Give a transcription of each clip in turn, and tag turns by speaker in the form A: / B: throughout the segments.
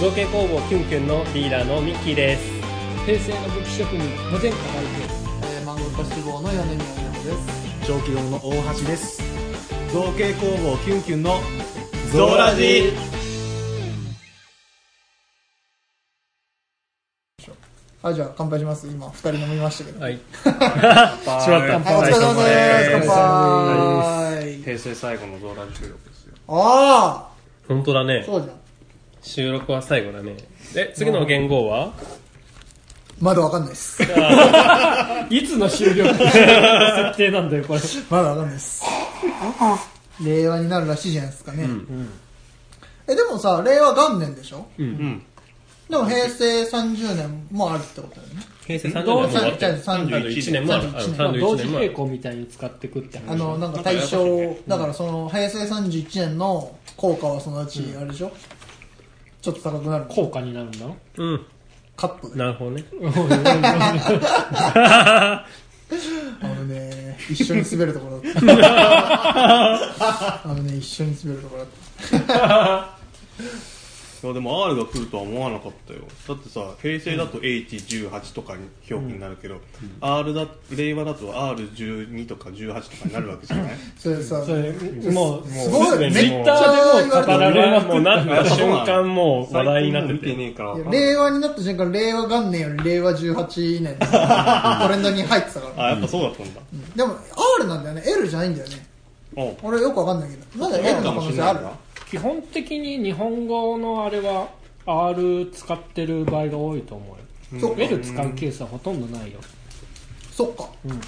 A: 造形工房キュンキュンのリーダーのミッキーです
B: 平成の武器職人無前科大えー、漫画家志望の米宮優子です
C: 長期堂の大橋です造形工房キュンキュンの
A: ゾーラジ
B: はいじゃあ乾杯します今二人飲みましたけど
A: はいしまった
C: 乾
B: はいお疲れ様です乾杯
D: 平成最後の動画収録ですよ
B: あ
A: 本当だ
B: あ
A: ね
B: そうじゃん
A: 収録は最後だねえ次の元号は
B: まだわかんないです
D: いつの終了の設定なんだよこれ
B: まだわかんないです令和になるらしいじゃないですかね、えでもさ令和元年でしょ
D: うん
B: でも平成30年もあるってことだよね
A: 平成30年
B: ど
A: も
B: う
A: 終わ
B: さ
A: っ
B: じゃあ
A: て
B: 31
A: 31年もあるあの
B: 31
A: 31
D: 同時
A: 年もあ
D: 並
A: る
D: 行みたいに使ってくって話
B: あのなんか大正だからその平成31年の効果はそのうちあれでしょ、ちょっと高くなる
D: 効果になるんだろ
A: うん
B: カップ
A: なるほどね
B: あのね一緒に滑るところだったあのね一緒に滑るところだっ
C: いやでも R が来るとは思わなかったよだってさ平成だと H18 とかに表記になるけど、R だ令和だと R12 とか18とかになるわけじゃ ない
B: たそれさ
D: それもう
B: すご
A: も
B: い
A: う
B: め
A: もう
B: っちゃ言われ
D: ツイッターでも語
B: て
D: られ
A: 俺はもうなった瞬間もう話題になって
C: 最近の見
A: て
C: てねえから
B: る令和になった瞬間令和元年より令和18年のトレンドに入ってたから
C: あやっぱそうだったんだ、
B: でも R なんだよね L じゃないんだよね
C: おう
B: 俺よくわかんないけどまだ L の可能性ある
C: な
D: 基本的に日本語のあれは R 使ってる場合が多いと思う
B: そ
D: よ
B: っか
D: L 使うケースはほとんどないよ
B: そっか、
D: ん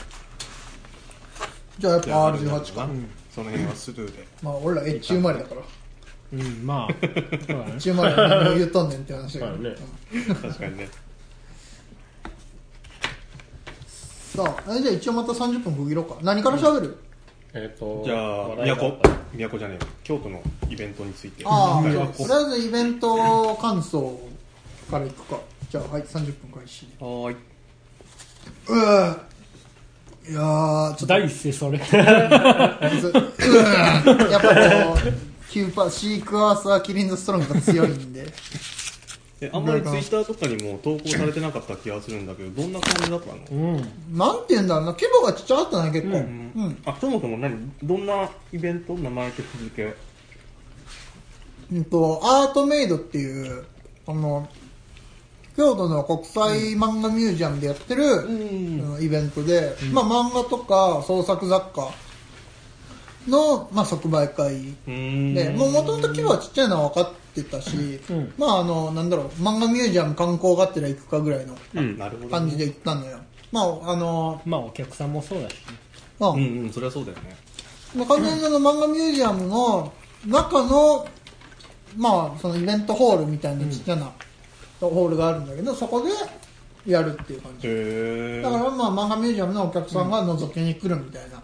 B: じゃあやっ
C: じゃ
B: ぱ
C: あ
B: R18 か
C: その辺はスル ーで
B: まあ俺らエッチ生まれだから
D: うんまあそうだね
B: 1万円何を言うとんねんって話 だけど、
A: まあね
C: 確かにね
B: さあえじゃあ一応また30分区切ろうか何から喋る、
A: えっと
C: じゃあ
A: 話題だ
C: 都
A: った
C: 都じゃねえよ京都のイベントについて
B: ああ
C: はい
B: とりあえずイベント感想からいくかじゃあはい30分開始
C: はーいう
B: ーいやーちょっと
D: 第一声それ
B: うーやっぱこうキューパーシークワーサーキリンズストロングが強いんで
C: えあんまりツイッターとかにも投稿されてなかった気がするんだけどどんな感じだったの
D: うん
B: なんて言うんだろうな規模がちっちゃかったね結構、うん
C: あそもそも何どんなイベント名前と続け
B: うんと、アートメイドっていう、あの、京都の国際漫画ミュージアムでやってる、あのイベントで、まあ漫画とか創作雑貨の、まあ即売会
C: うん
B: で、もう元々規模はちっちゃいのは分かってたし、
D: うん
B: まああの、なんだろう、漫画ミュージアム観光がってら行くかぐらいの
C: うんなるほど
B: 感
C: ね
B: じで行ったのよ。まああの、
D: まあお客さんもそうだし
B: まあ、
C: うんうんそれはそうだよね
B: まあ、完全にあの漫画ミュージアムの中の、まあ、そのイベントホールみたいなちっちゃなホールがあるんだけど、そこでやるっていう感じ。
C: へえ
B: だからまあ漫画ミュージアムのお客さんが覗きに来るみたいな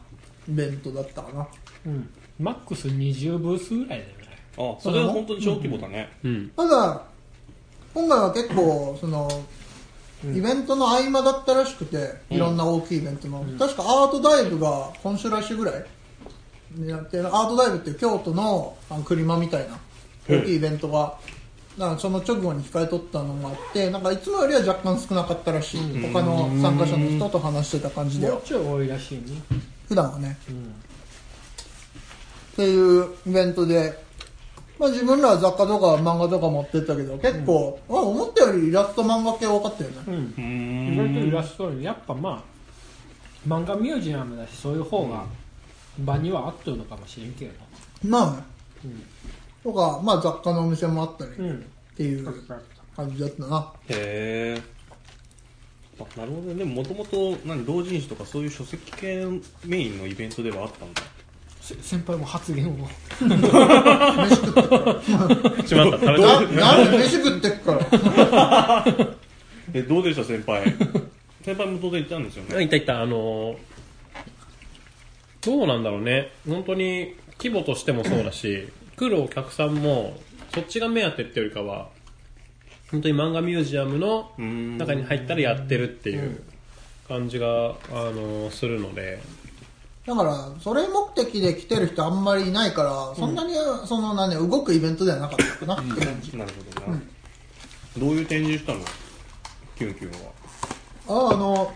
B: イベントだったかな。
D: うんマックス20ブースぐらいだよね
C: あそれは本当に小規模だね
A: うん
B: ただ、今回は結構、その、イベントの合間だったらしくて、いろんな大きいイベントの、確かアートダイブが今週来週ぐらいにやってる、アートダイブっていう京都のあの車みたいな大きいイベントが、なんかその直後に控えとったのもあって、なんかいつもよりは若干少なかったらしい。他の参加者の人と話してた感じで
D: も
B: は
D: う、ちょい多いらしいね
B: 普段はね。
D: うん
B: っていうイベントで、まあ、自分らは雑貨とか漫画とか持ってったけど結構、まあ、思ったよりイラスト漫画系多かったよね、
D: うん
C: うー
D: 意外とイ
C: ん
D: ラストにやっぱまあ漫画ミュージアムだしそういう方が場には合ってるのかもしれんけどな
B: まあね、とか、まあ、雑貨のお店もあったりっ
D: ん
B: ていう感じだったな、
C: へえあなるほどねでももともと何同人誌とかそういう書籍系メインのイベントではあったんだ
D: せ先輩も発言を
B: 飯食ってっか
A: しまった食べた
B: らななんで飯食ってっから
C: えどうでした先輩先輩も当然いたんですよ
A: あ
C: ね
A: いたいたあのーどうなんだろうね本当に規模としてもそうだし来るお客さんもそっちが目当てってよりかは本当に漫画ミュージアムの
C: うーん
A: 中に入ったらやってるっていう感じが、あのーするので
B: だからそれ目的で来てる人あんまりいないからそんなにその何、動くイベントではなかったかなって感じ
C: なるほどなどういう展示したのキュンキュンは
B: ああの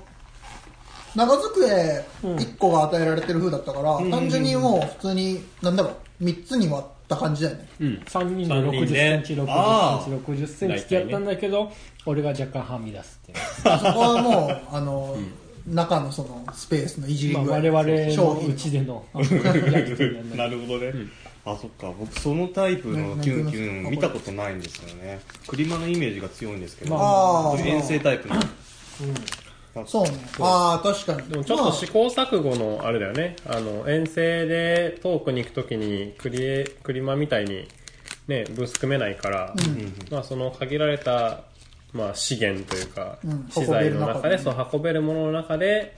B: 長机1個が与えられてる風だったから、
C: ん
B: 単純にもう普通になんだろう3つに割った感じだよね
A: うん。
D: 3人で
A: 三人
D: 60セ
A: ね
D: ンチ、
C: あ
D: 60セン
C: ー
D: チ、60センチってやったんだけど、俺が若干はみ出す っていう。
B: そこはもうあの、中のそのスペースのいじり具
D: まあ
B: 合、
D: 我々
B: 商
D: の
B: 品
D: うちでの焼き鳥やんな
C: なるほどね、あそっか僕そのタイプのキュンキュン見たことないんですよね車のイメージが強いんですけど、
B: ああ
C: 遠征タイプの
B: そうねああ確かに
A: でもちょっと試行錯誤のあれだよね。あの、遠征で遠くに行くときに、クリエ、クリマみたいに、ね、ブース組めないから、まあその限られた、まあ資源というか、
B: うん
A: 資材の中で、
B: 運べる中でね
A: そう、運べるものの中で、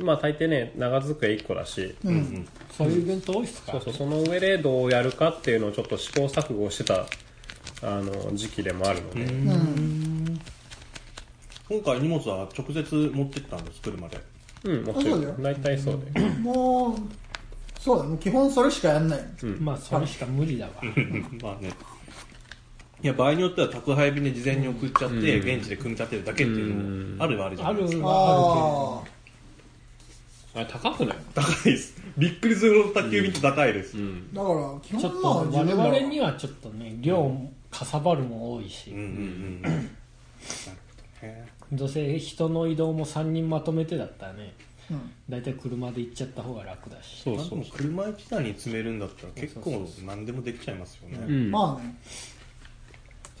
A: まあ大抵ね、長机1個だし、
B: まあ、うん
D: そういうイベント多いっすか
A: そう
D: ら
A: そう、その上でどうやるかっていうのをちょっと試行錯誤してた、あの、時期でもあるので、
C: 今回荷物は直接持ってったんです車で
A: うん、もちろ
B: あそうだよ
A: ん。大体そうで。
B: もうそうだね基本それしかやんない、
D: まあそれしか無理だわ
C: まあねいや場合によっては宅配便で事前に送っちゃって、現地で組み立てるだけっていうのもあるはあるじゃ
D: あ
C: ない
D: る
C: ですか、
D: は
B: ああ
A: あれ高くない
C: 高いですびっくりするほど宅急便って高いです、
A: うん。
B: だから基
D: あるけどちょっ
B: 本
D: と
B: まあ自
D: 我
B: 分ら
D: 々にはちょっとね量もかさばるも多いし
C: うんうんうん、なるほどね
D: どうせ人の移動も3人まとめてだったらね
B: うん
D: 大体車で行っちゃった方が楽だし
A: そう
C: まあで
A: そう
C: も。車一台に詰めるんだったら結構何でもできちゃいますよ
A: う
C: ね
A: ん。
B: まあね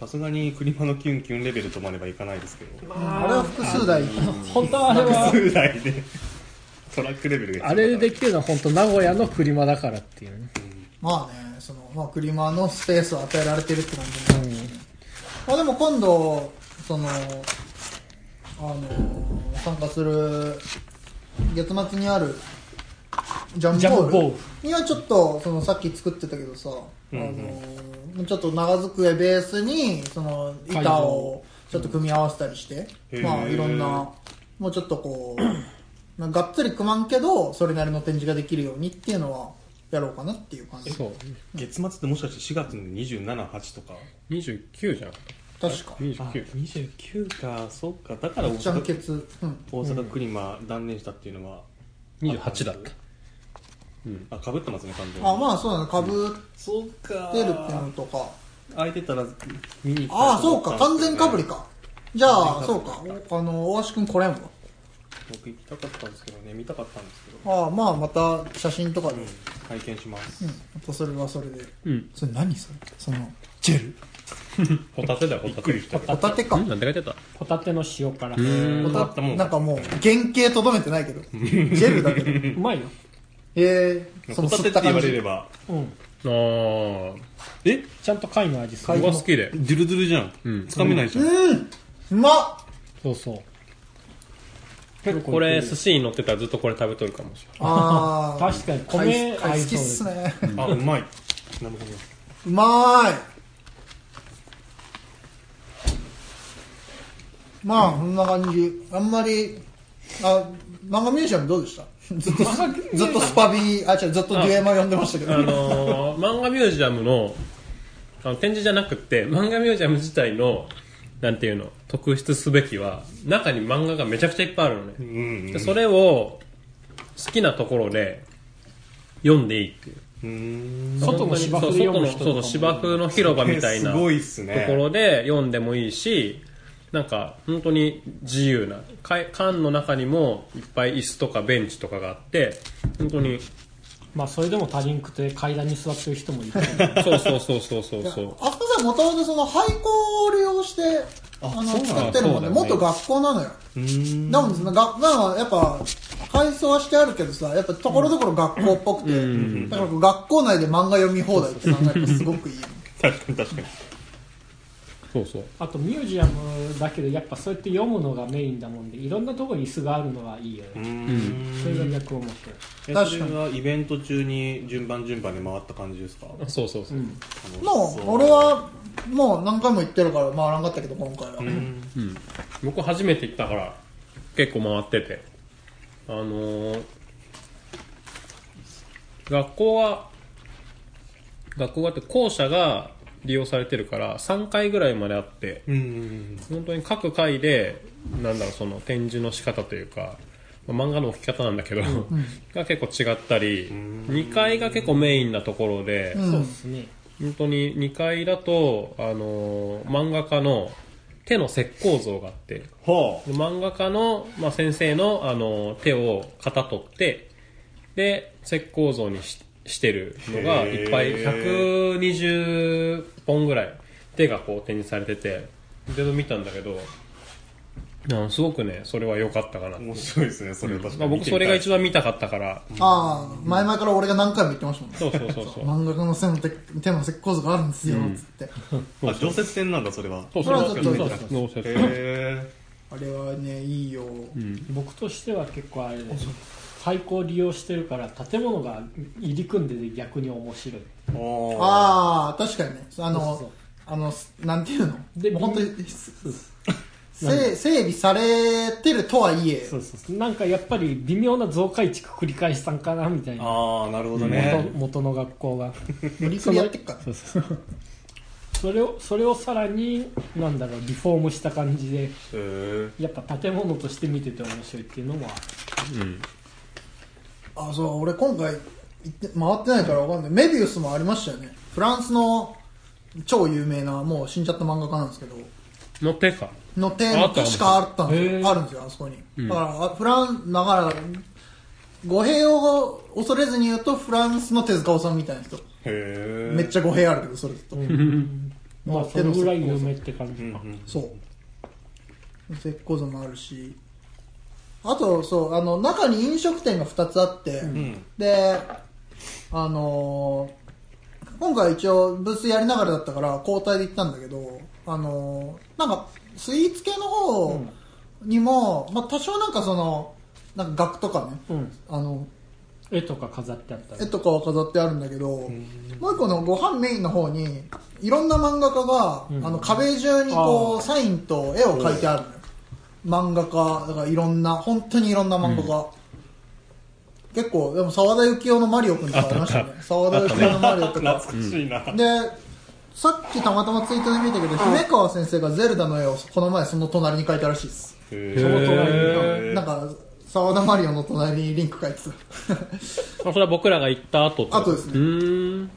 C: さすがに車のキュンキュンレベルとまではいかないですけど
B: あれは複数台
D: 本当はあれは
C: 数台でトラックレベルが
D: あれできるのは本当名古屋の車だからっていうね
B: まあねその、まあ、クリマのスペースを与えられてるって感じもあるし、まあ、でも今度そのあの参加する月末にあるジャ
D: ジャ
B: ン
D: ムボ
B: ボ
D: ー
B: ールにはちょっとそのさっき作ってたけどさ、あのちょっと長机ベースにその板をちょっと組み合わせたりして、
C: うん
B: まあ
C: へー
B: いろんなもうちょっとこうまあがっつり組まんけどそれなりの展示ができるようにっていうのはやろうかなっていう感じ
A: そう。
C: 月末ってもしかして4月の278とか
A: 29じゃん。
B: 確か
A: 29。
C: 29かそっかだから大
B: じゃんけ
C: 阪
B: つうん
C: 大阪クリマ断念したっていうのは
A: 28だった。
C: あかぶってますね完全に
B: あまあそうだねかぶ
C: そうか
B: ってるってのとか
C: 空いてたら見に行きた
B: あ
C: い
B: あ
C: と
B: そ
C: 思
B: う
C: っ
B: か
C: たんですけど
B: 完
C: ね
B: 全かぶりかじゃあそうかあの大橋君来れんわ
C: 僕行きたかったんですけどね見たかったんですけど
B: ああまあまた写真とかで、うん、
C: 拝見します、
B: またそれはそれで
A: うん。
B: それ何それそのジェル
A: ホタテだよ、ホタテ。びっくりした。
B: ホタテか
A: うん、なんて書いてた
D: ホタテの塩
B: ホ
D: 辛
C: 変わっ
B: タ
C: たもん
B: なんかもう原型とどめてないけどジェルだけど
D: うまいよ
B: ええ
C: ホタテって言われれば
D: うん
A: あ
C: え
D: ちゃんと貝の味す
A: あ。
D: る
A: 僕は好きで。
C: ドゥルドゥルじゃん、
A: ん
C: つかめないじゃん、
B: うんうまっ
D: そうそう
A: 結構これ、寿司に乗ってたらずっとこれ食べとるかもしれ
B: ああ
D: 確かに
B: 米
D: 米合
B: 好
D: い
B: きっ
D: そうですす
B: ね
C: あうまいなるほど
B: うまーいまあこんな感じあんまりあ漫画ミュージアムどうでしたずっとずっとスパビーあ違うずっとデュエマ読んでましたけ
A: ない。あ
B: ど
A: のー、漫画ミュージアムの、あの展示じゃなくって、漫画ミュージアム自体の、なんていうの、特筆すべきは、中に漫画がめちゃくちゃいっぱいあるのね。
C: うん
A: でそれを、好きなところで、読んでいいっていう。
C: うん
D: 外の芝生で読む人とか
A: そう
D: も
A: そう芝生の広場みたいな
C: すごいっすね
A: ところで読んでもいいしなんか本当に自由なか缶の中にもいっぱい椅子とかベンチとかがあって本当に
D: まあそれでも足りんくて階段に座ってる人もいるから
A: そうそうそうそうそうそう
B: あそこさんもともとその廃校を利用してあの
C: そうなんだ
B: 使ってるもんね
A: そうだね
B: 元学校なのよ
C: うん
B: でもそのがまあやっぱ改装はしてあるけどさやっぱところどころ学校っぽくて、だから学校内で漫画読み放題って考えるとすごくいいよね
C: 確かに確かに
A: そうそう
D: あとミュージアムだけどやっぱそうやって読むのがメインだもんでいろんなところに椅子があるのはいいよねそれが逆を思ってる
C: え
B: 確かに
C: それはイベント中に順番順番に回った感じですか
A: そうそうそう、
B: もう俺はもう何回も言ってるから回らんかったけど今回は、
A: うん僕初めて行ったから結構回っててあのー学校は学校があって校舎が利用されてるから3回ぐらいまであって
C: うん
A: 本当に各回でなんだろうその展示の仕方というか、まあ漫画の置き方なんだけど、が結構違ったり2階が結構メインなところで、
B: うん
D: そうですね。
A: 本当に2階だと、あのー漫画家の手の石膏像があって
C: は
A: 漫画家の、まあ、先生の、あのー手を型取ってで石膏像にししてるのがいっぱい
C: へ
A: 120本ぐらい手がこう展示されててで見たんだけどあすごくねそれは良かったかな
C: あ、面白いですねそれは確
A: ま
C: か
A: あ、
C: に、
A: 僕それが一
C: 番
A: 番見たかったから
B: ああ、前々から俺が何回も言ってましたもんね。
A: そうそうそうそう
B: 漫画家の背の手手の石膏像があるんですよ、つって。
C: あ常設展なんだそれは
A: そう
B: それはちょっと
A: そうそうそうそうそう
C: へ
B: あれはね、いいよ。
D: 僕としては結構あれで、廃校を利用してるから、建物が入り組んでて逆に面白い。
C: え
B: ああ、
C: あ
B: 確かにね。あ
D: そうそう
B: の、あの、なんていうの
D: で
B: もう本当に、
D: そう
B: せ整備されてるとはいえ、
D: そうそう。なんかやっぱり微妙な増改築繰り返したんかなみたいな。
C: あーなるほど
D: 元
C: ね、
D: 元の学校が。
B: 無理くりやってっから。
D: そうそうそうそれをそれをさらになんだろうリフォームした感じで
C: へえ
D: やっぱ建物として見てて面白いっていうのもある
B: あ、そう、俺今回行って、回ってないからわかんない。メビウスもありましたよね。フランスの超有名な、もう死んじゃった漫画家なんですけど、
A: の手か
B: のテ
A: あ
B: ー
A: ったん
B: マ
A: です
B: しかあったんですよ。
D: へー
B: あるんですよ、あそこに。だから、あフラン、だから、語弊を恐れずに言うと、フランスの手塚治虫みたいな人。
C: へえ
B: めっちゃ語弊あるけど、それと。
D: まあそれぐらい有名って感じか、
B: そう。石膏像もあるし。あと、そう、あの、中に飲食店が2つあって、
C: ん
B: で、あのー今回一応ブースやりながらだったから交代で行ったんだけど、あのーなんか、スイーツ系の方にも、まあ多少なんかその、なんか額とかね、
D: うん、
B: あの、
D: 絵とか飾ってあった
B: 絵
D: り
B: とかは飾ってあるんだけど、もう一個のご飯メインの方にいろんな漫画家が、
D: ん
B: あの壁中にこ
D: あー
B: うサインと絵を描いてあるのよ漫画家だからいろんな本当にいろんな漫画家、結構でも澤田幸雄のマリオくんとかありましたね澤田幸雄のマリオと
C: 懐
B: か
C: かしいな、
B: でさっきたまたまツイートで見たけど姫川先生がゼルダの絵をこの前その隣に描いたらしいです
C: へ
D: その
C: え
D: 隣
C: へー
B: なんか澤田マリオの隣にリンク描いてた
A: あそれは僕らが行った後ってこと
B: 後ですね
A: うーん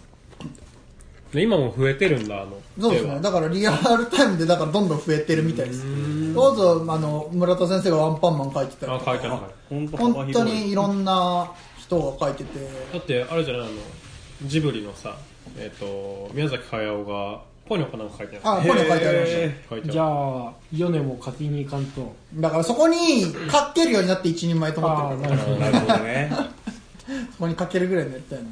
A: で今も増えてるんだあの
B: そうですね。だからリアルタイムでだからどんどん増えてるみたいです。どうぞ、あの、村田先生がワンパンマン描いてた
A: 手はあ
B: り
A: 書い
B: とか、
A: てある書いて
C: 本当
B: 本
C: 幅
B: 当
C: 広い
B: にいろんな人が描いてて、
A: あるだってあれじゃないあのジブリのさえっ、と宮崎駿がポニョかなんか書いてあ
B: あ、こういうの描いてありま
C: へ
B: し
A: る書いてある
D: じゃあヨネも書きに行かんと
B: た。だからそこに描けるようになって一人前と思ってるから
D: ああなるほど
C: なるほどね
B: そこに描けるぐらいのやったよね。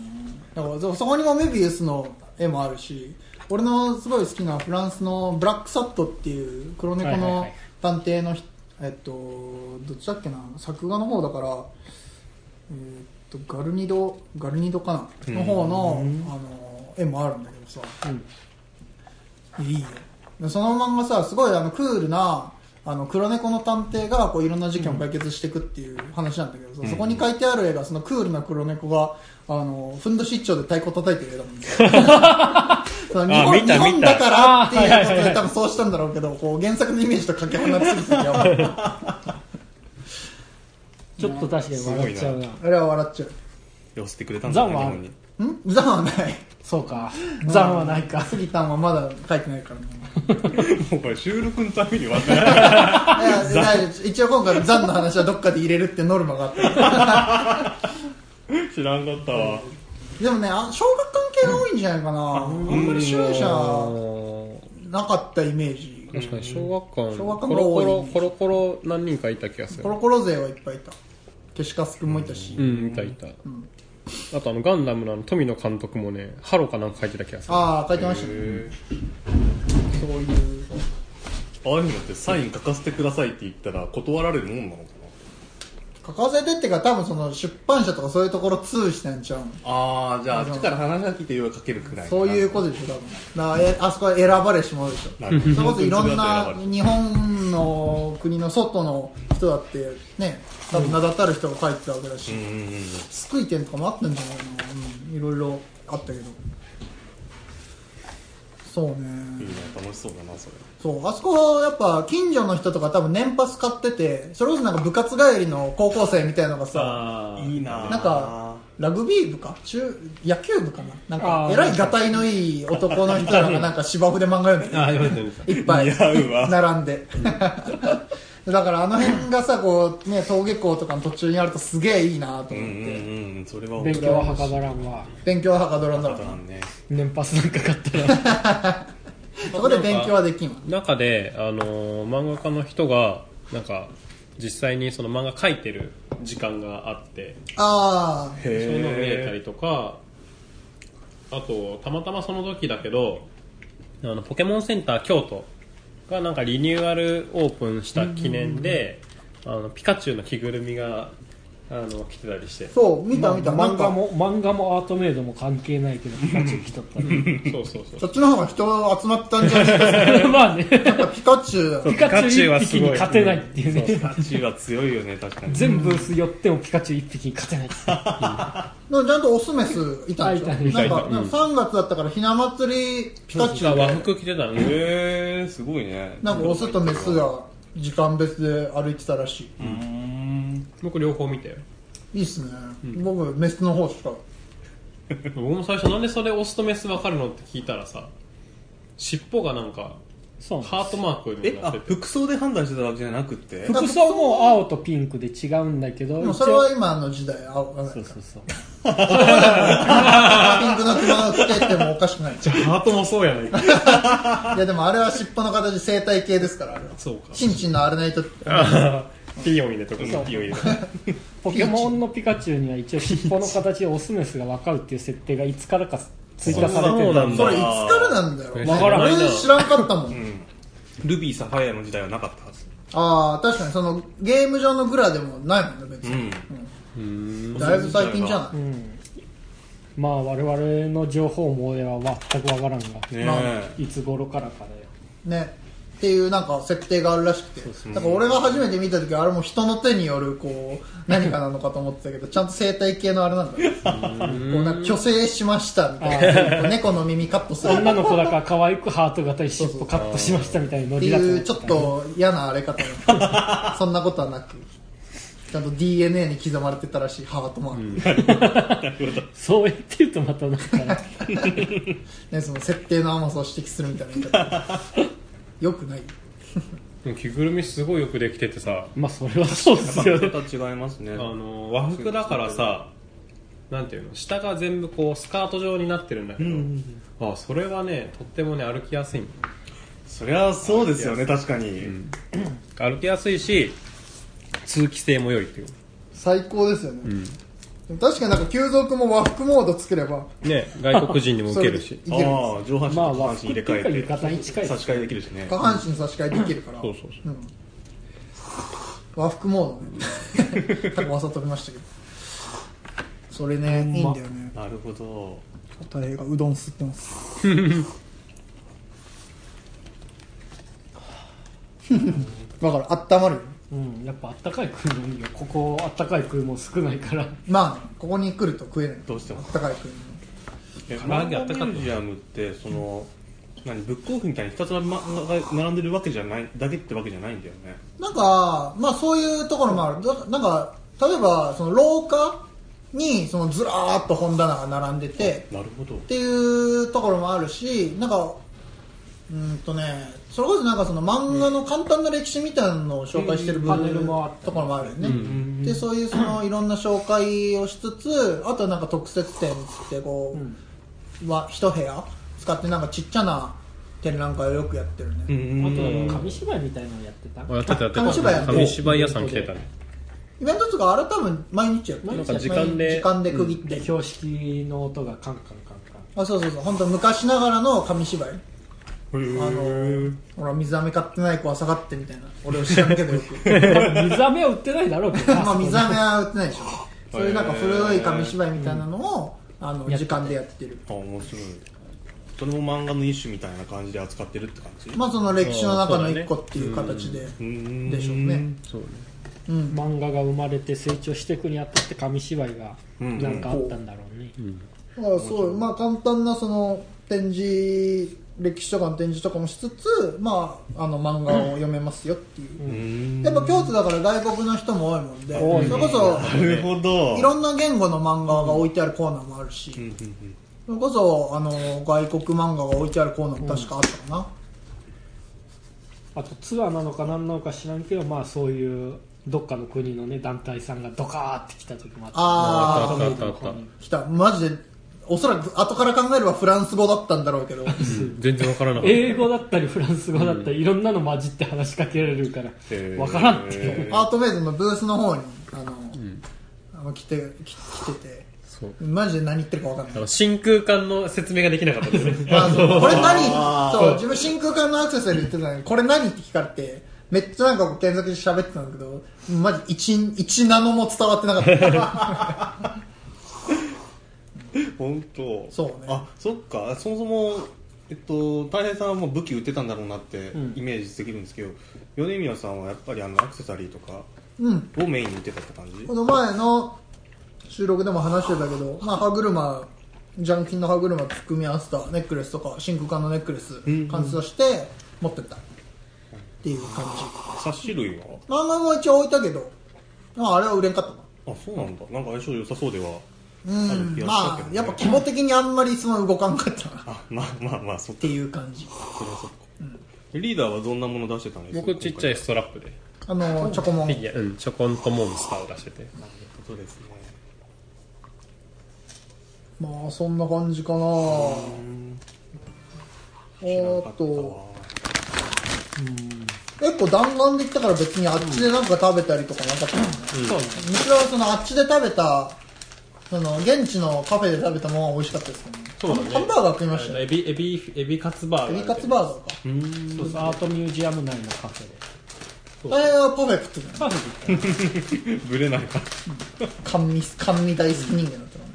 B: だからそそこにもメビウスの絵もあるし、俺のすごい好きなフランスのブラックサットっていう黒猫
D: はいはいは
B: の
D: い
B: 探偵のひ、えっと、どっちだっけな、作画の方だから、えっと、ガルニド、ガルニドかな、の方の、あの、絵もあるんだけどさ、
D: うん
B: いいよ。でその漫画さ、すごいあのクールな、あの黒猫の探偵がこういろんな事件を解決していくっていう話なんだけどさ、そこに書いてある絵がそのクールな黒猫があのふんどし一丁で太鼓叩いてる絵だもんねその日
A: あ
B: 本
A: 見た
B: 日本
A: 見た
B: だからっていう
D: あーは
B: こ
D: いはい
B: と
D: は
B: で
D: い
B: 多分そうしたんだろうけどこう原作のイメージとかけ離れすぎててやばいあ
D: ちょっと確かに笑っちゃうな
B: れは笑っちゃ
C: 寄せてくれたんだね
D: ザン
C: 日
D: は
C: 本に
B: う。んザンはない。
D: そうか残はないか
B: 杉田はまだ書いてないからね。
C: もうこれ収録のために終わったない
B: や大丈夫一応今回ザンの話はどっかで入れるってノルマがあった。
C: 知らんかったわ
B: でもね、あ小学関係が多いんじゃないかな。あんまり集英者なかったイメージ。
A: 確かに小学館
B: 小学館
A: コロコロ
B: も多い
A: コロコロ何人かいた気がする
B: コロコロ勢はいっぱいいた。消しカス君もいたし。
A: うんいたいた、あとあのガンダムのあの富野監督もねハロかなんか書いてた気がする
B: ああ、書いてましたね。
C: へー
B: そういう。
C: ああいうのってサイン書かせてくださいって言ったら断られるもんなのか
B: 書かせてってか多分その出版社とかそういうところ通してんちゃうの
C: なああじゃああっちから話が来てよう書けるくらい
B: そういうことでしょ、多分。だからえあそこは選ばれし者でしょ。
C: なるほど
B: それこそいろん
C: コ
B: な
C: ンテンツ
B: 日本の国の外の人だってね、多分名だたる人が書いてたわけだし。
C: うんうんうん
B: 救い点とかもあったんじゃないかな、うん、いろいろあったけどそうね、
C: いいね楽しそうだなそれ
B: そうあそこはやっぱ近所の人とか多分年パス買っててそれこそなんか部活帰りの高校生みたいのがさ
A: さあ
C: いいな
B: なんかラグビー部か中野球部かななんか
D: あー
B: えらいがたいのいい男の人らがなんか芝生で漫画読んで
A: あ読んでるんだ
B: いっぱい
C: 似合うわ
B: 並んで だからあの辺がさこう、ね、登下校とかの途中にあるとすげえいいなと
C: うん
B: 思
C: う
B: っ
C: ん
B: て、
C: うんそれは
D: 勉強ははかばらんわ
B: 勉強ははかどらんだろう
C: だ
B: な
C: ね
D: 年パスなんか買ったら
B: そこで勉強はできんわ
A: 中で、あのー漫画家の人がなんか実際にその漫画描いてる時間があって
B: あ
A: そういうのが見えた
C: へ
A: りとかあとたまたまその時だけどあのポケモンセンター京都がなんかリニューアルオープンした記念で、あのピカチュウの着ぐるみがあの来てたりして
B: あそう見た見た
D: 漫画
B: なんか
D: も漫画もアートメイドも関係ないけどピカチュウ来とったね
A: そうそうそ
B: そうっちの方が人集まったんじゃないです
D: まあね
B: かやっぱピカチュウ
D: ピカチュウ一匹に勝てないっていうね、
C: えガチは強いよね確かに
D: 全部ース寄ってもピカチュウ一匹に勝てないっていう
B: なんかちゃんとオスメスいたんでしょ
D: あいたい
B: な
D: た
B: ん
A: い
B: か
A: たいた
B: なんか3月だったからひな祭りピカチュウ
A: 和
B: で
A: 服着てたのね
C: へえすごいね
B: なんかオスとメスが時間別で歩いてたらし
C: うーん
A: 僕両方見たよ
B: いいいっすね、僕メスの方しか
A: 僕も最初なんでそれオスとメス分かるのって聞いたらさ尻尾がなんか
D: そうなんです
A: ハートマークに
C: え
A: な
C: あ
A: ってて
C: 服装で判断してたわけじゃなくて
D: 服装も青とピンクで違うんだけど
B: でも
D: 一
B: それ
D: 応
B: は今の時代合わない
D: そうそうそう
B: ピンクの着物を着ててもおかしくない。
A: じゃあハートもそうやないか
B: いやでもあれは尻尾の形生態系ですから、あれは。
A: そうか
B: チンチンのあれないと、
A: あーピヨン入れとくのピヨン入れとく
D: ポケモンのピカチュウには一応尻尾の形でオスメスが分かるっていう設定がいつからか追加されて
A: そう
D: る
A: なん
B: そ
A: だ
B: れいつからなんだよ。
A: わからないな
B: 俺知らんかったもん。
C: ルビーサファイアの時代はなかったはず
B: ああ、確かにそのゲーム上のグラでもないもんね、別に。
A: うん
B: だいぶ最近じゃ
D: う
B: ない。
D: んまあ我々の情報網では全く分からんが
C: ね
B: ま
C: え
D: いつ頃からかだよ
B: ね。っていうなんか設定があるらしくて。だから俺が初めて見た時はあれも人の手によるこう、何かなのかと思って たけど、ちゃんと生態系のあれなんだね。こうなんか虚勢しましたみたいな。こう猫の耳カットする。
D: 女の子だから可愛くハート型に尻尾カットしましたみたいなノ
B: って
D: リだ
B: いう
D: っ
B: ちょっ
D: た
B: と嫌な荒れ方のそんなことは なくちゃんと DNA に刻まれてたらしいハートマーク、
D: そうやって言うとまたなんか
B: ね、その設定の甘さを指摘するみたいな言い方 よくない
A: でも着ぐるみすごいよくできててさ
D: まあそれはそうで
C: やっ
D: すよね
C: ぱ人と違いますね
A: あの和服だからさなんていうの下が全部こうスカート状になってるんだけど、あそれはねとってもね歩きやすいの
C: そりゃそうですよね確かに、
A: 歩きやすいし通気性も良いっていう
B: 最高ですよね、でも確かになんか急蔵君も和服モード作れば
A: ね外国人にも受ける し
B: それでいけるんで
C: ああ上半身
D: まあ
C: と下半身入れ替えて
D: 和服っていうか浴衣に近い
C: 差し替えできるしね
B: す下半身差し替えできるから
A: そうそうそう
B: うん和服モードね 高さ飛びましたけどそれね、いいんだよね
C: なるほど
B: 大平がうどん吸ってますだから温まるよ
D: うんやっぱあったかい食い物いいよここあったかい食い物少ないから
B: まあねここに来ると食えない
C: どうしても
B: あったかい食い
C: え
A: 唐揚
C: 漫
A: げ
C: 画
A: あったかく
C: ミュージアムってその何ブックオフみたいにひたすら漫画が並んでるわけじゃないだけってわけじゃないんだよね
B: 物なんかまあそういうところもあるだなんか例えばその廊下にそのずらーっと本棚が並んでて
C: なるほど
B: っていうところもあるしなんかうーんとねそれこそなんかその漫画の簡単な歴史みたいなのを紹介してる
D: うん
B: ブログ
D: パネルもあった
B: ところもあるよね、
C: ん
B: でそういうそ のいろんな紹介をしつつあとはなんか特設展っつってこ
D: うん
B: う、は一部屋使ってなんかちっちゃな展覧会をよくやってるね、
D: あとなん
C: ん
D: か紙芝居みたいなのやってた
A: あやってたやって
B: 紙芝居や
A: た
B: ってる
A: 紙芝居屋さん来てたね
B: イベントとかあれ多分毎日やってる
D: なんか
A: 時間で
B: 時間で区切って、
D: で標識の音がカンカンカンカン
B: あそうそうそう本当昔ながらの紙芝居
C: へ
B: あの
C: ー
B: ほら水飴買ってない子は下がってみたいな俺を知らんけどよく
D: 多分水飴は売ってないだろうけどな
B: まあ、水飴は売ってないでしょ。そういうなんか古い紙芝居みたいなのを、あの、
D: やってて
B: 時間でやってる。
C: あ面白いそれも漫画の一種みたいな感じで扱ってるって感じ
B: まあ、その歴史の中の一個っていう形で、
C: ん
B: でしょうね。
A: そうね
B: うん。
D: 漫画が生まれて成長していくにあたって紙芝居が
C: うん
D: なんかあったんだろうね、
B: だからそう、まあ、簡単なその、展示歴史書館展示とかもしつつ、まあ、あの漫画を読めますよっていう、
C: うん
B: やっぱ京都だから外国の人も多いもんで、
D: 多いね
B: それこそ
C: なるほど
B: いろんな言語の漫画が置いてあるコーナーもあるし、
C: うんうんうん
B: それこそあの外国漫画が置いてあるコーナーも確かあったかな、
D: あとツアーなのか何なのか知らんけど、まあ、そういうどっかの国の、ね、団体さんがドカーって来た時もあった
B: あー
D: まあ
A: あったあったあった
B: 来たマジでおそらく後から考えればフランス語だったんだろうけど
A: 全然わからなかった
D: 英語だったりフランス語だったり、いろんなの混じって話しかけられるから
C: へー
D: わからんっていう
B: アートメイドのブースの方にあの、あの来て来来てて
A: そう
B: マジで何言ってるか分かんない
A: あの真空管の説明ができなかったですね
B: あそうこれ何
C: あー
B: そう自分真空管のアクセサリー言ってたのにこれ何って聞かれてめっちゃなんか検索して喋ってたんだけどマジ 1, 1ナノも伝わってな かった
C: 本当
B: そうね
C: あそっかそもそもえっと大平さんはもう武器売ってたんだろうなって
D: ん
C: イメージできるんですけど、米宮さんはやっぱりあのアクセサリーとか
B: うん
C: をメインに売ってたって感じ
B: この前の収録でも話してたけど、まあ、歯車ジャンキンの歯車と組み合わせたネックレスとか真空管のネックレス
C: んうん
B: 完成して持ってったっていう感じ
C: 冊子類は
B: 漫画も一応置いたけど、まあ、あれは売れんかったな
C: あそうなんだなんか相性良さそうではある
B: うん
C: 気がした
B: ま
C: けど、
B: あ
C: ね
B: やっぱ規模的にあんまりその動かんかったなっ
C: あまあまあまあそってか
B: いう感じ
C: それはそっか、リーダーはどんなもの出してたんですか
A: 僕ちっちゃい
C: 今
A: ストラップで
B: あのチョコモン
A: フィギュアうんチョコンとモンスターを出してて
C: 回なるほどですね
B: まあそんな感じかなあと
C: 知らなかったわ
B: 結構弾丸で行ったから別にあっちでなんか食べたりとかなかったもんね、
D: そうね
B: むしろそのあっちで食べたその現地のカフェで食べたものは美味しかったですけどね
A: そうだね
B: ハンバーガー食いました
A: エ
B: よ
A: ビエビエビカツバーガ
B: エ
A: ー
B: ビカツバーガーか
C: うーん
D: そうそうアートミュージアム内のカフェで
B: あれはパフェ食ってたね
D: カフェで行ったら
C: ぶれないかった
B: 甘味甘味大好き人間だったからね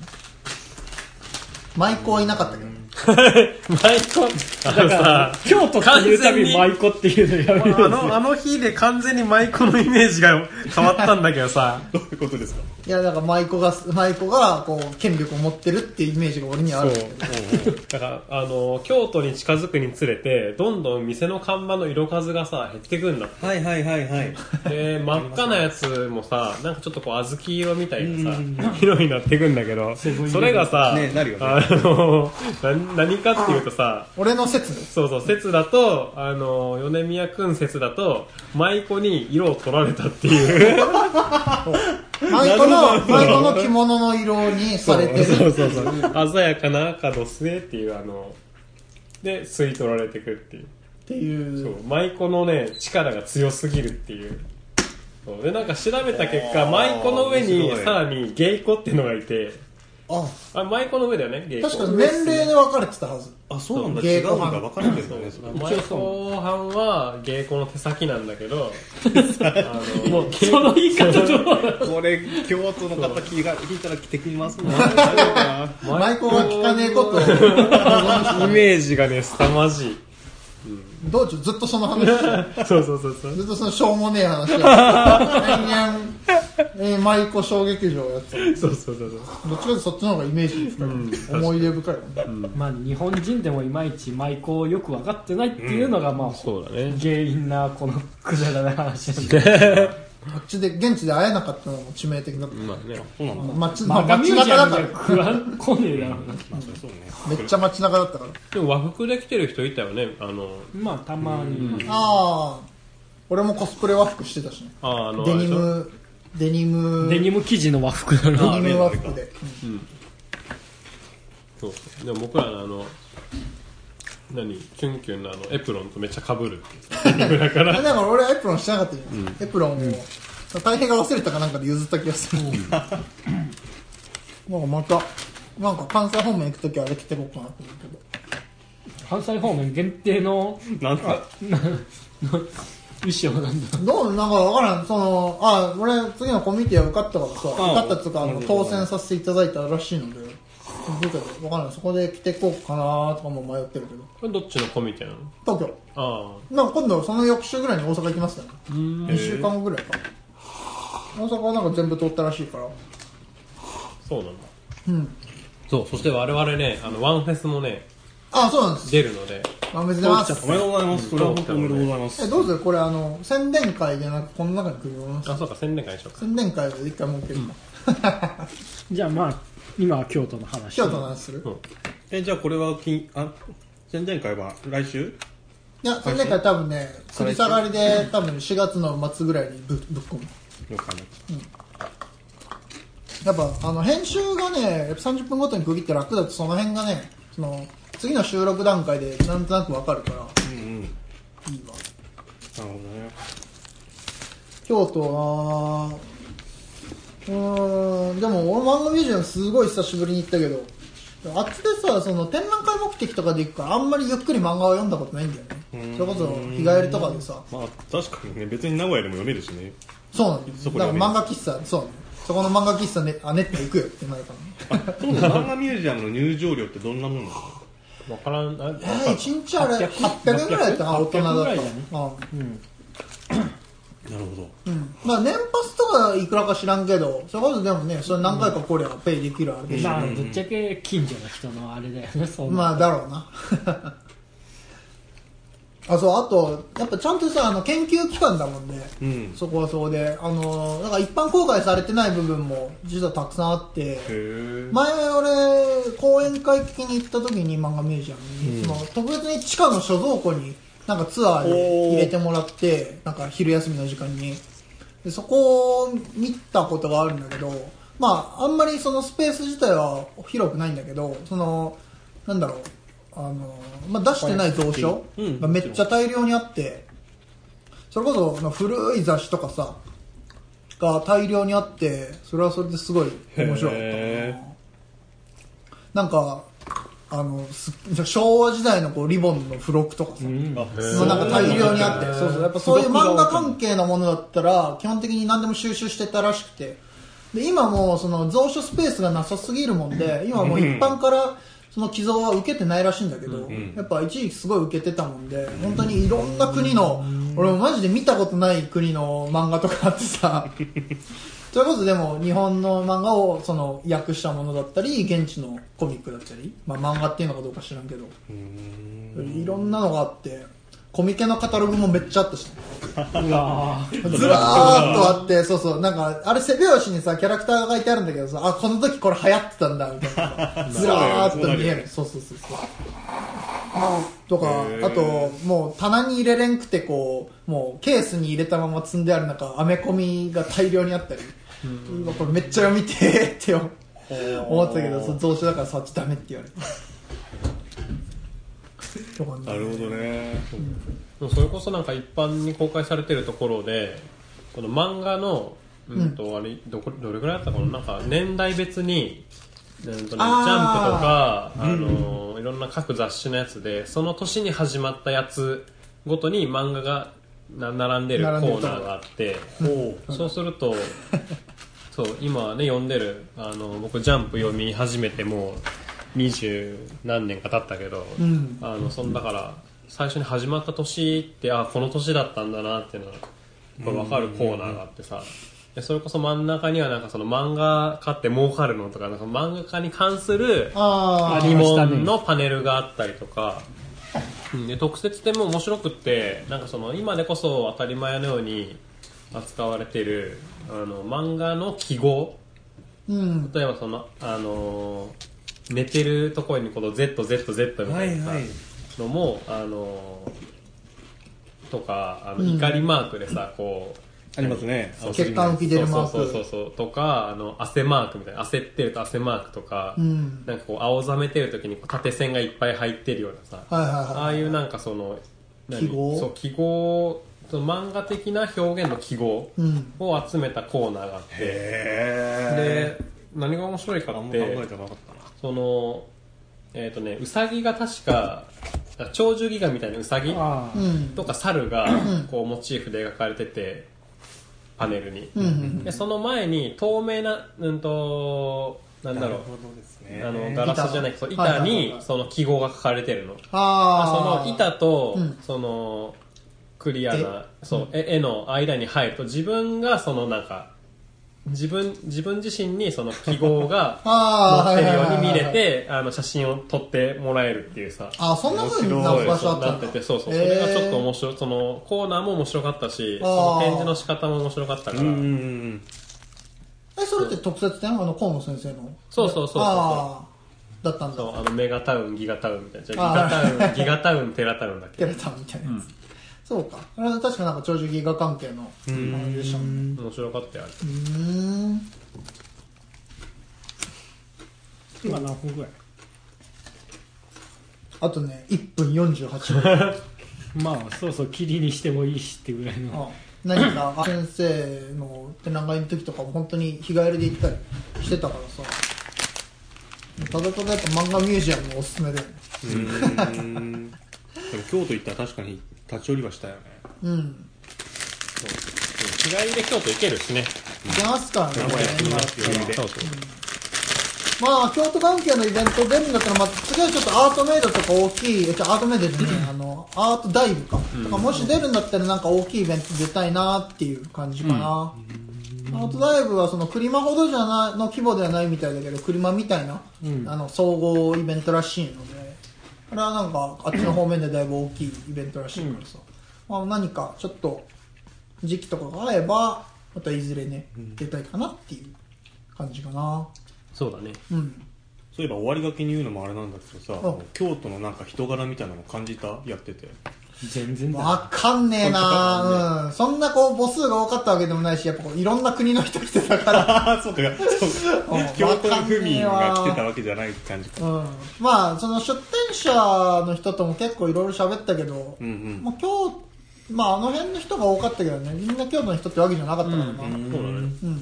B: 舞妓はいなかったけど
A: 舞妓あのさ
D: 京都っていうたびに舞妓っていうのやめよ
A: あ
D: うぜ
A: のあの日で完全に舞妓のイメージが変わったんだけどさ
C: どういうことですか
B: いやだから舞妓が舞妓がこう権力を持ってるっていうイメージが俺にはある
A: だからあの京都に近づくにつれてどんどん店の看板の色数がさ減ってくんだ
C: はいはいはいはい
A: で真っ赤なやつもさなんかちょっとこう小豆色みたいなさ色になってくんだけど
D: ごいね
A: それがさ、
C: ねなるよね
A: あのな何かっていうとさ
B: 俺の説です
A: そうそう説だとあの米宮くん説だと舞妓に色を取られたっていう
B: 舞妓の舞妓の着物の色にされてる
A: そうそうそう鮮やかな赤の末っていうあので吸い取られてくっていう
B: っていう
A: そう舞妓のね力が強すぎるっていうそうでなんか調べた結果
C: あー
A: 舞妓の上に
C: 面白い
A: さらに芸妓っていうのがいて
B: あ
A: あ舞妓の上だよね芸妓
B: 確かに年齢で分かれてたはず
C: あそうなんだ
B: そう
C: 違うんだ分かれてるんだねそれ
A: 前後半は芸妓の手先なんだけどあの
D: もうその言い方どう
C: これ京都の方聞いた聞いたら来てきますねあ
B: 舞妓が聞かねえこと
A: イ
B: を
A: メージがね、凄まじい。
B: 道中ずっとその話してた
A: そうそうそうそう。
B: ずっとそのしょうもねえ話を延々えー舞妓小劇場をやってた
A: そうそうそうそう。
B: どっちかというとそっちの方がイメージ深い、思い出深いよね
D: まあ日本人でもいまいち舞妓をよく分かってないっていうのが、まあ
A: そうだね。
D: 原因なこのくだらない話なんで
B: あっちで現地で会えなかったのも致命的だった
A: まあね。
C: そうなんだ
B: 街ま
D: ま
B: あ
D: あガ
B: 街
D: ミュー
B: 中
D: ジア
B: だ
D: ム
B: か
D: じ
B: ら
D: ゃ食わんこねえだろうな
C: まあそりゃそうね
B: めっちゃ街中だったから
A: でも和服で来てる人いたよね。あの、
D: まあたまに
B: ああ俺もコスプレ和服してたしね
A: ああの、
B: デニ
A: あれでしょ
B: ムデニム
D: デニム生地の和服なの
B: デニム和服で
A: そうそう。でも僕らのあの、何キュンキュンのあの、エプロンとめっちゃ被るっていう。デニムだか
B: うん
A: ら。
B: だから俺はエプロンしてなかったよ、エプロンを、大変が忘れたかなんかで譲った気がす る、なんかまたなんか関西方面行く時はあれ着てこうかなと思うけど
D: 関西方面限定の
C: なんか
D: 衣装なんだ
B: どうなんかわからん、その、あ、俺、次のコミュニティは受かったからさ、
C: あ
B: 受かったっつうか、あの、
C: うん
B: 当選させていただいたらしいので、どうかわからん、そこで着てこうかなとかも迷ってるけど、
A: これどっちの子みたいなの
B: 東京。
A: ああ。
B: なんか今度、その翌週ぐらいに大阪行きますよね。2週間後ぐらいか。大阪はなんか全部通ったらしいから。
A: そうなんだ。
B: うん。
A: そう、そして我々ね、あの、ワンフェスもね、
B: あ、そうなんです。
A: 出るので
B: おめでとうござい
A: そう
B: ま
A: 来ちゃっ
B: す
C: お。めでとうございます。それは本当おめでとうございま
B: え、
C: す。
B: どうするこれ、あの、宣伝会じゃなく、この中に来るよ。
A: あそうか宣伝会にしようか
B: 宣伝会で一回設けるか。
D: じゃあまあ今は京都の話
B: 京都の話する
C: え、じゃあこれは金、あ、宣伝会は来週
B: いや、宣伝会多分ね、
C: 再
B: 繰
C: 来週
B: り下がりで、多分4月の末ぐらいにぶぶっ込む。
C: 了解です。
B: やっぱ、あの、編集がね、やっぱ30分ごとに区切って楽だと、その辺がね、その、次の収録段階でなんとなくわかるから、
C: うんうん。なる
B: いいわ。
C: ほどね。
B: 京都はうーんでも俺漫画ミュージアムすごい久しぶりに行ったけどあっちでさその展覧会目的とかで行くからあんまりゆっくり漫画は読んだことないんだよねそれこそ日帰りとかでさ
C: まあ、確かにね、別に名古屋でも読めるしね。
B: そうなんだよ
C: そこ
B: だか
C: で
B: ら漫画喫茶そうなんだよそこの漫画喫茶ねあネット行くよってなるからね
C: そうだ、漫画ミュージアムの入場料ってどんなもんなの
A: 分からんあ
B: えー、1日あれ800円ぐらいだったかな大人だ
D: 800ぐ
B: と
D: らいだね
C: なるほど。
B: うんうんまあ年パスとかいくらか知らんけどそれこそでもねそれ何回かこれはペイできるあれでしょ
D: まあぶっちゃけ近所の人のあれだよねそう
B: まあだろうな あそうあとやっぱちゃんとさあの研究機関だもんね
C: うん。
B: そこはそうであのなんか一般公開されてない部分も実はたくさんあって
C: へー
B: 前俺講演会聞きに行った時に漫画ミュージアムに、その特別に地下の所蔵庫になんかツアーで入れてもらってなんか昼休みの時間にでそこを見たことがあるんだけどまああんまりそのスペース自体は広くないんだけどそのなんだろうあの、まあ、出してない蔵書
C: うん
B: がめっちゃ大量にあってそれこそあの古い雑誌とかさが大量にあってそれはそれですごい面白かった
C: へ
B: ななんかあのす昭和時代のこうリボンの付録とかさ、
C: あ
B: そうなんか大量にあって
D: へー
B: そうそうやっぱそういう漫画関係のものだったら基本的に何でも収集してたらしくてで今もうその蔵書スペースがなさすぎるもんで今もう一般からその寄贈は受けてないらしいんだけど、やっぱ一時期すごい受けてたもんで本当にいろんな国の、俺もマジで見たことない国の漫画とかあって さそれこそでも日本の漫画をその訳したものだったり現地のコミックだったり、まあ、漫画っていうのかどうか知らんけど。いろんなのがあってコミケのカタログもめっちゃあったし
D: うわー
B: ずらーっとあってそうそうなんかあれ背拍子にさキャラクターが書いてあるんだけどさあこの時これ流行ってたんだみたいなずらーっと見えるそうそうそうそうとか
C: へー
B: あともう棚に入れれんくてこうもうケースに入れたまま積んである中アメコミが大量にあったりうわこれめっちゃ読みてーって思思ってたけどそう蔵書だからそっちダメって言われてとかね
C: なるほどね。
A: もうそれこそなんか一般に公開されてるところでその漫画のうんとあれどこどれぐらいだったかななんか年代別にうんとねジャンプと
B: あ
A: かあのーいろんな各雑誌のやつでその年に始まったやつごとに漫画がな並んでるコ
B: 並んでる
A: ーナーがあってそうするとそう今ね読んでるあの僕「ジャンプ」読み始めてもう二十何年か経ったけど、
B: ん
A: あのそんだから最初に始まった年ってあこの年だったんだなっていうのがこれ分かるコーナーがあってさでそれこそ真ん中にはなんかその漫画家って儲かるのとかなんか漫画家に関する
B: ああ
A: リモンのパネルがあったりとか、うんで特設展も面白くってなんかその今でこそ当たり前のように扱われてるあの漫画の記号
B: うん。
A: 例えばその、あのー寝てるところにこの ZZZ みたいなさ
C: はいはい
A: のも、あのーとかあの怒りマークでさ、こう
C: ありますね。
A: そう
B: 血管浮き出るマーク
A: そうそうそうそうとかあの汗マークみたいな焦ってると汗マークとか、
B: うん
A: なんかこう青ざめてる時にこう縦線がいっぱい入ってるようなさ、
B: はいはい
A: あ
B: はい。
A: あいうなんかその何
B: 記号
A: そう記号その漫画的な表現の記号
B: うん
A: を集めたコーナーがあって、
C: へ
A: で何が面白いか
C: あ
A: っ
C: んま考え
A: て
C: てなかったな。
A: そのえっ、とねウサギが確か鳥獣戯画みたいなウサギ
D: あ
B: う
D: ー
B: ん。
A: とか猿 がこうモチーフで描かれててパネルに、
B: うんうん
A: でその前に透明なうんとなんだろう
C: どですね
A: あのガラスじゃないそう
B: 板はい
A: 板
B: はい
A: に
B: はい
A: その記号が書かれてるの
B: ああ。
A: その板と、
B: うん
A: そのクリアなそう、絵絵の間に入ると自分がそのなんか自分、自分自身にその記号が
B: ああ、
A: 載
B: は
A: ってる
B: いはい
A: よ
B: は
A: う
B: い
A: に
B: はい
A: 見れて、あの、写真を撮ってもらえるっていうさ。
B: あ、そんな風にな
C: 面白い
B: 場所あった
A: なっ
B: んだ
A: てて、そうそう。
B: へ
A: そ
B: ー
A: れがちょっと面白い。その、コーナーも面白かったし、
B: あ
A: そ
B: ー
A: の展示の仕方も面白かったから。
C: うん
B: え、それって特設展あの、河野先生の。
A: そうそうそうそう
B: ああ、だったんだ。
A: そう、あの、メガタウン、ギガタウンみたいな。じゃ
B: あ
A: あギガタウン、ギガタウン、テラタウンだっけ
B: テレタみたいなやつ。そうか。あれは確かなんか長寿ギガ関係のあれでしたもんね。
A: 面白かったよ、あれ。
B: うーん。
D: 今何分ぐらい
B: あとね、1分48秒。
D: まあそうそう霧にしてもいいしってぐらいの
B: あ何かあ先生の展覧会の時とかも本当に日帰りで行ったりしてたからさ。ただただやっぱ漫画ミュージアムがおすすめだよね。
C: うんうんでも京都行ったら確かに立ち寄りはしたよね
B: うん。
A: 日帰りで京都行けるしね。
B: 行けますからね、これね今
A: うんそうそう。
B: まあ、京都関係のイベント出るんだったら、まあ、次はちょっとアートメイドとか大きい、えっとアートメイドじゃない、あの、アートダイブか。とかもし出るんだったらなんか大きいイベント出たいなっていう感じかな。アートダイブはその車ほどじゃない、の規模ではないみたいだけど、車みたいな、あの、総合イベントらしいので、これはなんか、あっちの方面でだいぶ大きいイベントらしいからさ。まあ、何かちょっと、時期とかが合えば、またいずれね、出たいかなっていう感じかな。
A: そうだね。
B: うん。
C: そういえば終わりがけに言うのもあれなんだけどさ
B: うん
C: 京都のなんか人柄みたいなの感じたやってて
D: 全然だ
B: わかんねえなうん。そんなこう母数が多かったわけでもないし、やっぱこういろんな国の人来てたから。
C: あ あそうかそう
B: うん
C: か京都府民が来てたわけじゃない感じか
B: うん。まあ、その出店者の人とも結構いろいろ喋ったけど、
C: うんうん
B: まあ今日、まああの辺の人が多かったけどね、みんな京都の人ってわけじゃなかったからな。うん。
A: そうだね。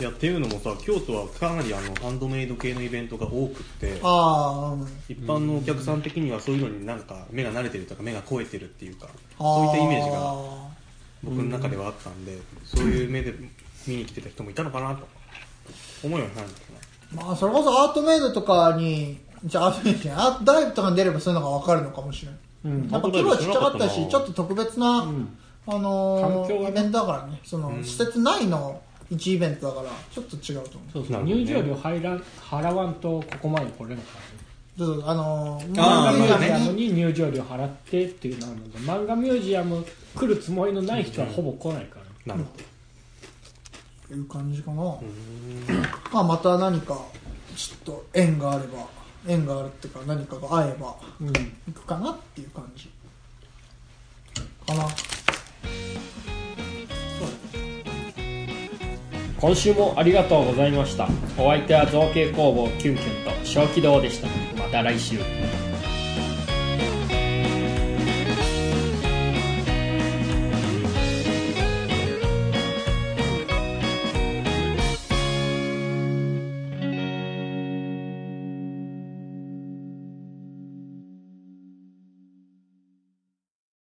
C: いやっていうのもさ京都はかなりあのハンドメイド系のイベントが多くって
B: ああ、うん。
C: 一般のお客さん的にはそういうのになんか目が慣れてるとか目が肥えてるっていうかそういったイメージが
B: あ
C: 僕の中ではあったんでそういう目で見に来てた人もいたのかなと思うようになるんだけどね
B: ーまあ、それこそアートメイドとかに、じゃあアートメイドじゃないアートダイブとかに出ればそういうのがわかるのかもしれない。
D: うん
B: やっぱ規模はちっちゃかったし、ちょっと特別な、
D: ん
B: あの
D: 環
B: ー
D: 境がね
B: イベントだからね、その、施設内の一イベントだから、ちょっと違うと思
D: そう
C: なる
D: そう
C: ほどね
D: 入場料入らん払わんとここまで来れなかった
B: う。どうぞあのー、
C: あー
B: 漫
D: 漫
B: 画
D: 画
B: ミ
D: ミュージア
B: ュージアムに
D: ムに入場料払ってっていうのはあるので漫画ミュージアム来るつもりのない人はほぼ来ないから
C: なるほど
B: っていう感じかな。まあ、また何か、ちょっと縁があれば、縁があるっていうか、何かが合えば、
D: うん
B: 行くかなっていう感じ。かな。
E: 今週もありがとうございましたお相手は造形工房キュンキュンと小気道でしたまた来週